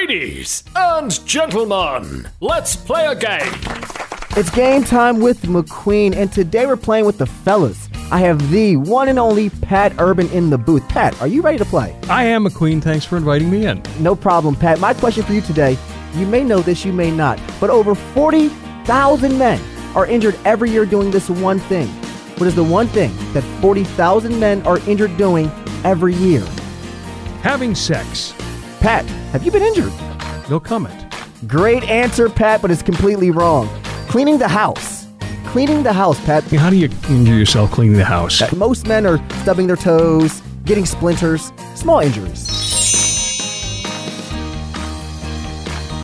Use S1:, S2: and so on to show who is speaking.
S1: Ladies and gentlemen, let's play a game.
S2: It's game time with McQueen, and today we're playing with the fellas. I have the one and only Pat Urban in the booth. Pat, are you ready to play?
S3: I am McQueen. Thanks for inviting me in.
S2: No problem, Pat. My question for you today you may know this, you may not, but over 40,000 men are injured every year doing this one thing. What is the one thing that 40,000 men are injured doing every year?
S3: Having sex.
S2: Pat, have you been injured?
S3: No comment.
S2: Great answer, Pat, but it's completely wrong. Cleaning the house. Cleaning the house, Pat.
S3: How do you injure yourself cleaning the house?
S2: Most men are stubbing their toes, getting splinters, small injuries.